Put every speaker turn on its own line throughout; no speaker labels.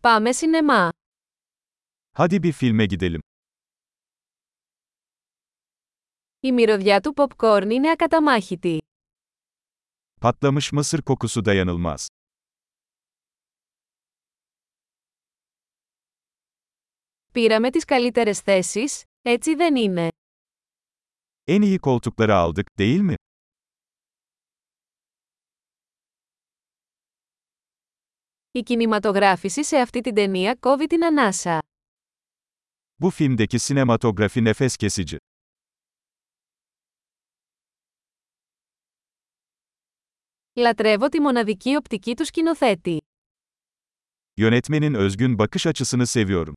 Πάμε σινεμά.
Hadi bir filme gidelim.
Η μυρωδιά του popcorn είναι ακαταμάχητη.
Patlamış mısır kokusu dayanılmaz.
Πήραμε τις καλύτερες θέσεις, έτσι δεν είναι.
En iyi koltukları aldık, değil mi?
Η κινηματογράφηση σε αυτή την ταινία κόβει την ανάσα.
Bu filmdeki sinematografi nefes kesici.
Λατρεύω τη μοναδική οπτική του σκηνοθέτη.
Yönetmenin özgün bakış açısını seviyorum.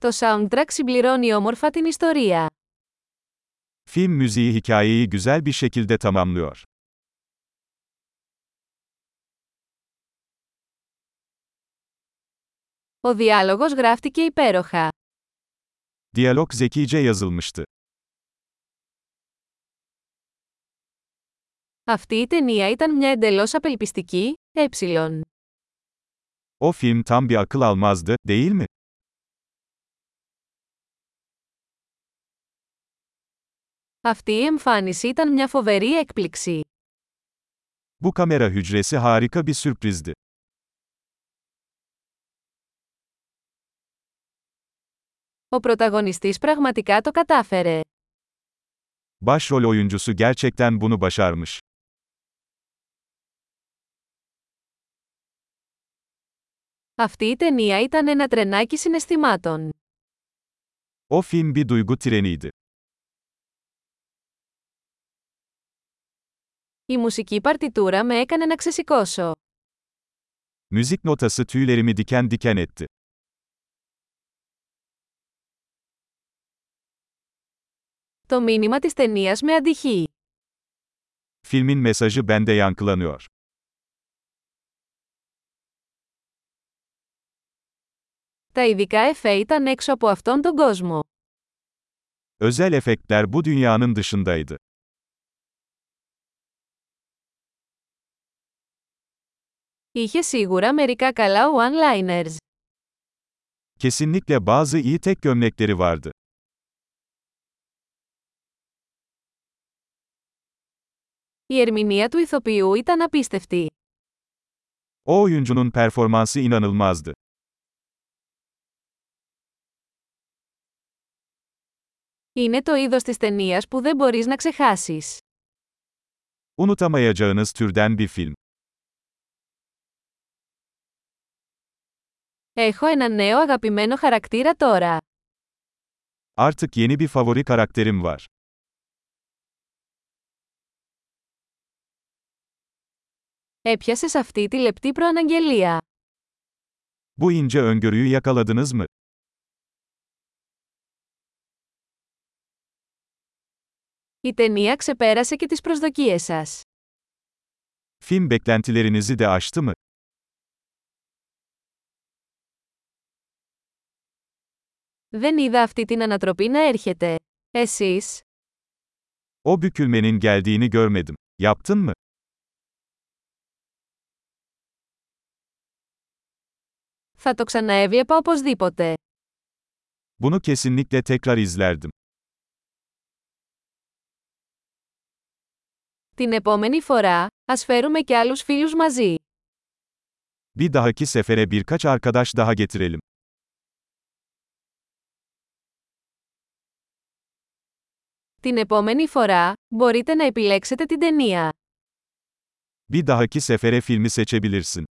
Το soundtrack συμπληρώνει όμορφα την ιστορία.
Film müziği hikayeyi güzel bir şekilde tamamlıyor.
Ο διάλογος γράφτηκε υπέροχα.
Diyalog zekice yazılmıştı.
Αυτή η ταινία ήταν μια εντελώς απελπιστική, ε.
O film tam bir akıl almazdı, değil mi?
Αυτή η εμφάνιση ήταν μια φοβερή έκπληξη.
Bu kamera hücresi harika bir sürprizdi.
Ο πρωταγωνιστής πραγματικά το κατάφερε.
Başrol oyuncusu gerçekten bunu başarmış.
Αυτή η ταινία ήταν ένα τρενάκι συναισθημάτων.
O film bir duygu treniydi.
Η μουσική παρτιτούρα με έκανε να ξεσηκώσω.
Müzik notası tüylerimi diken diken etti.
Το μήνυμα της ταινίας με αντυχεί.
Filmin mesajı bende yankılanıyor.
Τα ειδικά εφέ ήταν έξω από αυτόν τον κόσμο.
Özel efektler bu dünyanın dışındaydı.
Είχε σίγουρα μερικά καλά one-liners.
Kesinlikle bazı iyi tek gömlekleri vardı.
Η ερμηνεία του ηθοποιού ήταν απίστευτη.
O oyuncunun performansı inanılmazdı.
Είναι το είδος της ταινίας που δεν μπορείς να ξεχάσεις.
Unutamayacağınız türden bir film.
Έχω ένα νέο αγαπημένο χαρακτήρα τώρα.
Artık yeni bir favori karakterim var.
Έπιασες αυτή τη λεπτή προαναγγελία.
Bu ince öngörüyü yakaladınız mı?
Η ταινία ξεπέρασε και τις προσδοκίες σας.
Film beklentilerinizi de aştı mı?
Δεν είδα αυτή την ανατροπή να έρχεται. Εσείς,
O bükülmenin geldiğini görmedim. Yaptın mı?
θα το ξαναέβλεπα οπωσδήποτε.
Bunu kesinlikle tekrar izlerdim.
Την επόμενη φορά, ας φέρουμε και άλλους φίλους μαζί.
Bir dahaki sefere birkaç arkadaş daha getirelim.
Την επόμενη φορά, μπορείτε να επιλέξετε την ταινία.
Bir dahaki sefere filmi seçebilirsin.